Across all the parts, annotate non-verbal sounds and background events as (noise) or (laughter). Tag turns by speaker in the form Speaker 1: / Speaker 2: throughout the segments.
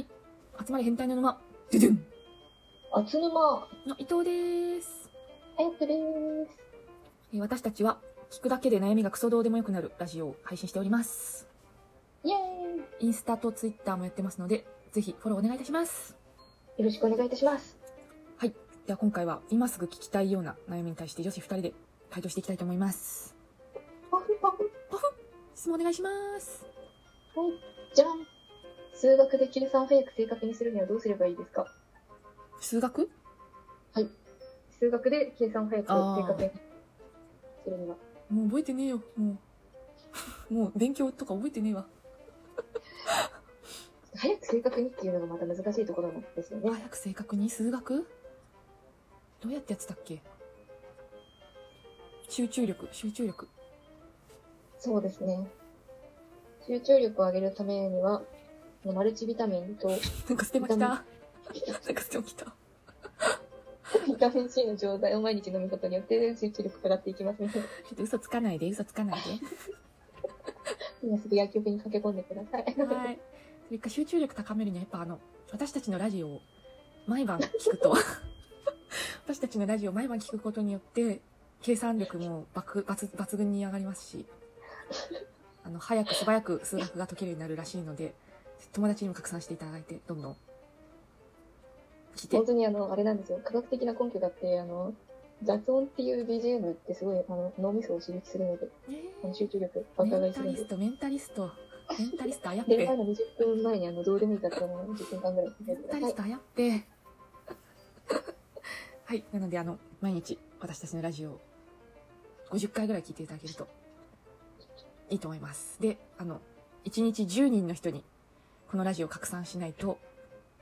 Speaker 1: 集まり変態の沼、ドゥドゥン
Speaker 2: あつぬま、
Speaker 1: の伊藤です。
Speaker 2: あやつでーす。
Speaker 1: えー私たちは、聞くだけで悩みがクソどうでもよくなるラジオを配信しております。
Speaker 2: イエーイ。よ
Speaker 1: インスタとツイッターもやってますので、ぜひフォローお願いいたします。
Speaker 2: ろしくお願いいたします。
Speaker 1: では今回は、今すぐ聞きたいような悩みに対して女子二人で回答していきたいと思います。
Speaker 2: パフパフ。
Speaker 1: 質問お願いします。
Speaker 2: じゃん。数学で計算を早く正確にするにはどうすればいいですか
Speaker 1: 数学
Speaker 2: 数学で計算を早く正確にするには。
Speaker 1: もう覚え (laughs) てねえよ、もう。もう勉強とか覚えてねえわ。
Speaker 2: 早く正確にっていうのがまた難しいところなんですよね。
Speaker 1: 早く正確に数学どうやってやってたっけ集中力、集中力。
Speaker 2: そうですね。集中力を上げるためには、マルチビタミンと
Speaker 1: なんかステマ来た。
Speaker 2: ダ
Speaker 1: な
Speaker 2: メ
Speaker 1: んかステマ来た。
Speaker 2: ビタミン C の錠剤を毎日飲むことによって集中力が上がっていきますね。
Speaker 1: ちょっと嘘つかないで、嘘つかないで。
Speaker 2: 今すぐ薬局に駆け込んでください。
Speaker 1: はい。それか集中力高めるにはやっぱあの、私たちのラジオを毎晩聞く (laughs) と、私たちのラジオを毎晩聞くことによって、計算力も爆、抜抜群に上がりますし、あの、早く素早く数学が解けるようになるらしいので、友達にも拡散していただいて、どんどん。聞いて
Speaker 2: 本。当にあの、あれなんですよ。科学的な根拠があって、あの、雑音っていう BGM ってすごいあの脳みそを刺激するので、あの集中力爆上が
Speaker 1: メ
Speaker 2: り
Speaker 1: ン
Speaker 2: す
Speaker 1: タ
Speaker 2: るの
Speaker 1: リ
Speaker 2: で
Speaker 1: ス。ト、メンタリスト、メンタリスト、あやっ
Speaker 2: 寝
Speaker 1: ぺ。
Speaker 2: る前
Speaker 1: メ
Speaker 2: の20分前にあの、どうでもいいかって思うのを10分間ぐらい聞いて
Speaker 1: ン
Speaker 2: く
Speaker 1: タ
Speaker 2: だ
Speaker 1: リ
Speaker 2: さ
Speaker 1: ス
Speaker 2: い。
Speaker 1: ト、あやっぺ。はい。なので、あの、毎日、私たちのラジオを50回ぐらい聞いていただけると、いいと思います。で、あの、1日10人の人に、このラジオを拡散しないと、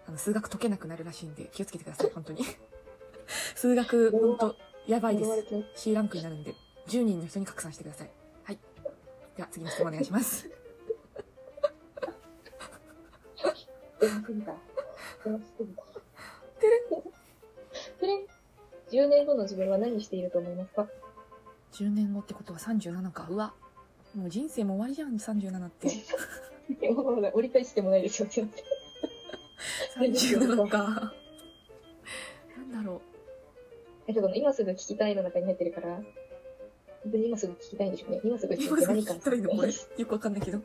Speaker 1: あの、数学解けなくなるらしいんで、気をつけてください、本当に。数学、本当やばいで
Speaker 2: 呪われ
Speaker 1: す。
Speaker 2: てます
Speaker 1: C ランクになるんで、10人の人に拡散してください。はい。では、次の質問お願いします。
Speaker 2: 出ますぎた。出ますぎた。てれん。てれん。10年後の自分は何していると思いますか (laughs)
Speaker 1: 10年後ってことは37かうわもう人生も終わりじゃん37って (laughs)
Speaker 2: もう折り返してもないですよ、すいません
Speaker 1: 37かなんだろ
Speaker 2: え、でも今すぐ聞きたいの中に入ってるから、本当に今すぐ聞きたいんでしょうね。今すぐ
Speaker 1: う
Speaker 2: 聞
Speaker 1: 今
Speaker 2: いて
Speaker 1: すぐ
Speaker 2: 何
Speaker 1: 聞
Speaker 2: か
Speaker 1: きたいのこれ
Speaker 2: 10
Speaker 1: よくわかんないけど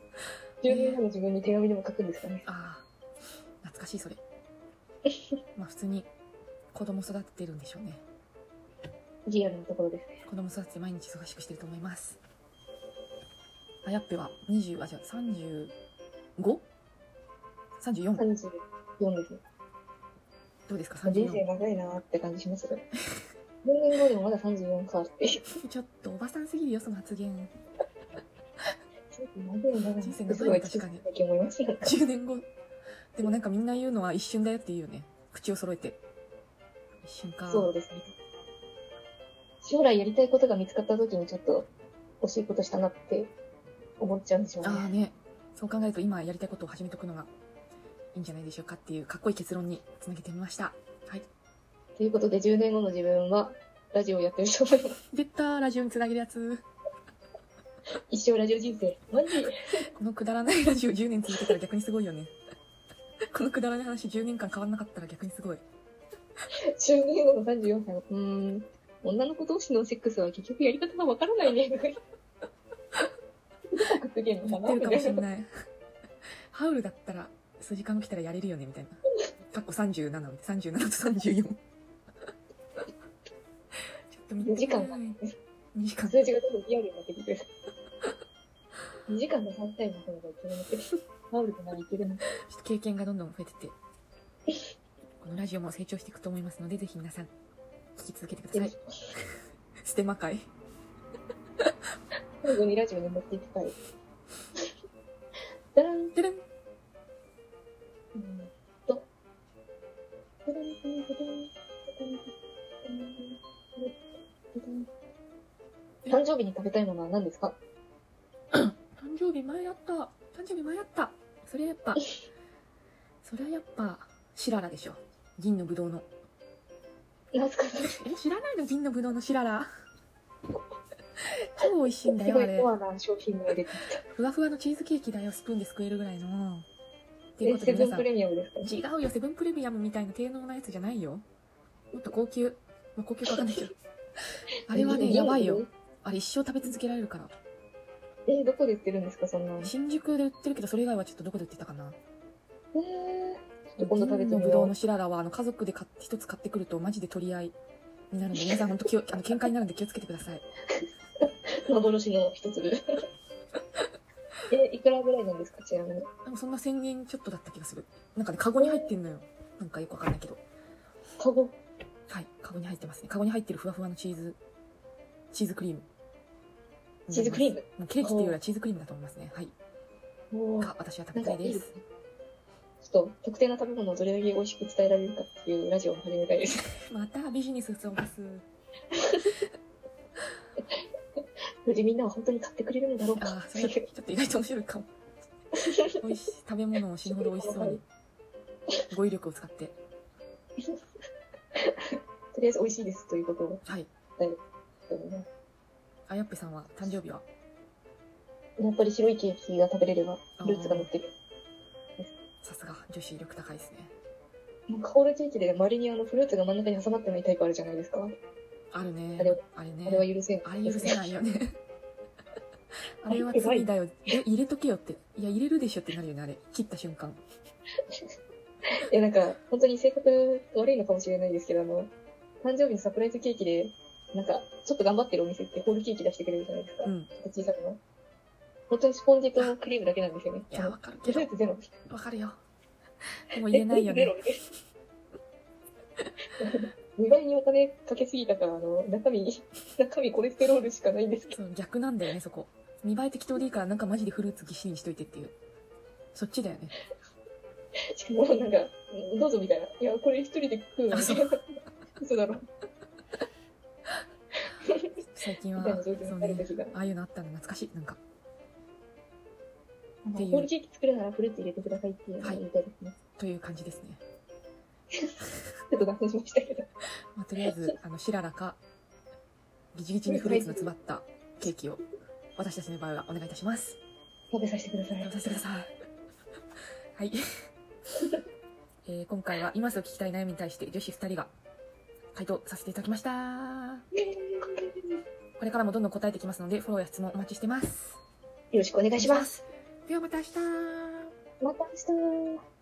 Speaker 2: 年後の自分に手紙でも書くんですかね。
Speaker 1: ああ懐かしい (laughs) それまあ普通に子供育ててるんでしょうね
Speaker 2: リアルなところです。
Speaker 1: 子供育てて毎日忙しくしてると思いますあやっぺは20あじゃあ 35?34
Speaker 2: 34ですね。
Speaker 1: どうですか
Speaker 2: 人生
Speaker 1: 34
Speaker 2: 長いなーって感じしますね。10年後でもまだ34かって。人
Speaker 1: ちょっとおばさんすぎるよその発言
Speaker 2: 生長いなーってすごい確かに思います。なんか
Speaker 1: 10年後でもなんかみんな言うのは一瞬だよって言うよね口を揃えて一瞬か
Speaker 2: そうですね。将来やりたいことが見つかった時にちょっと惜しいことしたなって思っちゃうんでしょう
Speaker 1: ああ
Speaker 2: ね。
Speaker 1: ねそう考えると今やりたいことを始めておくのがいいんじゃないでしょうかっていうかっこいい結論につなげてみましたはい
Speaker 2: ということで10年後の自分はラジオをやってると思います。
Speaker 1: 出たラジオにつなげるやつ
Speaker 2: 一生ラジオ人生。マジ
Speaker 1: このくだらないラジオ10年続けたら逆にすごいよねこのくだらない話10年間変わんなかったら逆にすごい
Speaker 2: 10年後の34歳は。うーん。女の子同士のセックスは結局やり方がわからないね。どこくっつけるの
Speaker 1: 言っ
Speaker 2: か
Speaker 1: て
Speaker 2: なみた
Speaker 1: るかも
Speaker 2: い
Speaker 1: し
Speaker 2: な
Speaker 1: れ。ない (laughs) ハウルだったら数時間起きたらやれるよねみたいなかっこ37みたいな37と34 (laughs) ちょっと見て
Speaker 2: 2時間が
Speaker 1: ない2時間
Speaker 2: 数字がどんどんリアルになってきてる。2時間で3回もそのがいけるので、ハウルとならいけるので、
Speaker 1: ちょっと経験がどんどん増えてて、このラジオも成長していくと思いますので、ぜひ皆さん、聞き続けてください。ステマ会。
Speaker 2: 最後にラジオに持っていきたい。だらん。うん
Speaker 1: てれん
Speaker 2: と。だらんだらんだらんだらん誕生日に食べたいものは何ですか
Speaker 1: 誕生日前やった。誕生日前やった。それはやっぱ、それはやっぱ、シララでしょ。銀のぶどうの。
Speaker 2: 懐かしい。
Speaker 1: え、知らないの銀のぶどうのシララ。 (laughs) 超美味しいんだ
Speaker 2: す
Speaker 1: よ、
Speaker 2: ご
Speaker 1: あ
Speaker 2: い
Speaker 1: れ
Speaker 2: コ。アな商品名出てきた。
Speaker 1: ふわふわのチーズケーキだよ、スプーンですくえるぐらいの。っていう
Speaker 2: え
Speaker 1: ことで
Speaker 2: セブ
Speaker 1: 皆
Speaker 2: ン
Speaker 1: さん
Speaker 2: プレミアムですか
Speaker 1: 違うよセブンプレミアムみたいな低能なやつじゃないよもっと高級、まあ、高級かわかんないけ
Speaker 2: (laughs)
Speaker 1: どあれはねやばいよ。あれ一生食べ続けられるから
Speaker 2: えー、どこで売ってるんですか、そんなの。えー、ち
Speaker 1: 新宿で売ってるけどそれ以外はちょっとどこで売ってたかな
Speaker 2: ょっと今度食べて
Speaker 1: 銀の
Speaker 2: み
Speaker 1: ぶど
Speaker 2: よ
Speaker 1: う
Speaker 2: う
Speaker 1: の。シララはあの家族で買って一つ買ってくるとマジで取り合いになるので皆さん本当気をあの喧嘩になるんで気をつけてください
Speaker 2: 幻の一
Speaker 1: (laughs)
Speaker 2: 粒。え、いくらぐらいなんですか、ちなみに。
Speaker 1: でもそんな1000円ちょっとだった気がするなんかねカゴに入ってんのよなんかよくわかんないけど
Speaker 2: カゴ。
Speaker 1: はいカゴに入ってますねカゴに入ってるふわふわのチーズチーズクリーム
Speaker 2: チーズクリーム
Speaker 1: もうケーキっていうよりはチーズクリームだと思いますねはい
Speaker 2: おー
Speaker 1: が私は食
Speaker 2: な
Speaker 1: べ
Speaker 2: ん
Speaker 1: た
Speaker 2: か
Speaker 1: い
Speaker 2: いい
Speaker 1: で
Speaker 2: ですすね。ちょっと特定の食べ物をどれだけ美味しく伝えられるかっていうラジオも始めたい
Speaker 1: (laughs)
Speaker 2: です。
Speaker 1: またビジネスをます
Speaker 2: 無事みんなは本当に買ってくれるのだろうか
Speaker 1: あ。あ
Speaker 2: そ
Speaker 1: それはちょっと意外と面白
Speaker 2: (laughs)
Speaker 1: いかも美味しい食べ物を死ぬほど美味しそうに語彙力を使って
Speaker 2: とりあえず美味しいですということを
Speaker 1: はい
Speaker 2: 伝えるね。
Speaker 1: あやっぺさんは誕生日は
Speaker 2: やっぱり白いケーキが食べれれば、ルーツが乗ってる。
Speaker 1: さすが女子力高いですね
Speaker 2: もうカオルケーキで周りにあのフルーツが真ん中に挟まってないタイプあるじゃないですか。
Speaker 1: あるね
Speaker 2: あれ
Speaker 1: あれ
Speaker 2: あれは
Speaker 1: ね
Speaker 2: 許せん。
Speaker 1: あれ許せ
Speaker 2: (laughs)
Speaker 1: ないよ (laughs) ねあれは
Speaker 2: あれやばい
Speaker 1: 罪だよえ入れとけよっていや入れるでしょってなるよねあれ切った瞬間
Speaker 2: いや、なんか、本当に性格悪いのかもしれないですけど、あの、誕生日のサプライズケーキで、なんか、ちょっと頑張ってるお店ってホールケーキ出してくれるじゃないですか。
Speaker 1: う
Speaker 2: ち
Speaker 1: ん
Speaker 2: ょっと小さくの。本当にスポンジとクリームだけなんですよね。
Speaker 1: いやわかる
Speaker 2: フ
Speaker 1: け
Speaker 2: ル
Speaker 1: ど
Speaker 2: ーツゼロ。
Speaker 1: わかるよでも言えないよ
Speaker 2: フル (laughs)
Speaker 1: ね
Speaker 2: ーツゼロ。2倍にお金かけすぎたから、あの、中身、中身コレステロールしかないんですけど。
Speaker 1: そう逆なんだよねそこ見栄え適当でいいからなんかマジでフルーツぎっしりにしといてっていうそっちだよね
Speaker 2: しかも、なんか、どうぞみたいな。いや、これ一人で食うみた
Speaker 1: あそ
Speaker 2: いな。 (laughs) 嘘だろ。
Speaker 1: 最近は
Speaker 2: みたいな状
Speaker 1: そう
Speaker 2: 況になる
Speaker 1: ね
Speaker 2: 時が。
Speaker 1: ああいうのあったの懐かしいなんかっていう
Speaker 2: ホールケーキ作るならフルーツ入れてくださいっていうのを
Speaker 1: はい
Speaker 2: 言いたいですね。
Speaker 1: という感じですね、
Speaker 2: ちょっと脱線しましたけど。
Speaker 1: まあ、とりあえずあのしららかギチギチにフルーツの詰まったケーキを私たちの場合はお願いいたします
Speaker 2: 食べさせてください。
Speaker 1: 食べさせてくださいはい、 (laughs) えー今回は今すぐ聞きたい悩みに対して女子2人が回答させていただきました
Speaker 2: よ
Speaker 1: これからもどんどん答えていきますのでフォローや質問お待ちしてます
Speaker 2: ろしくお願いします。
Speaker 1: ではまた明日
Speaker 2: また明日。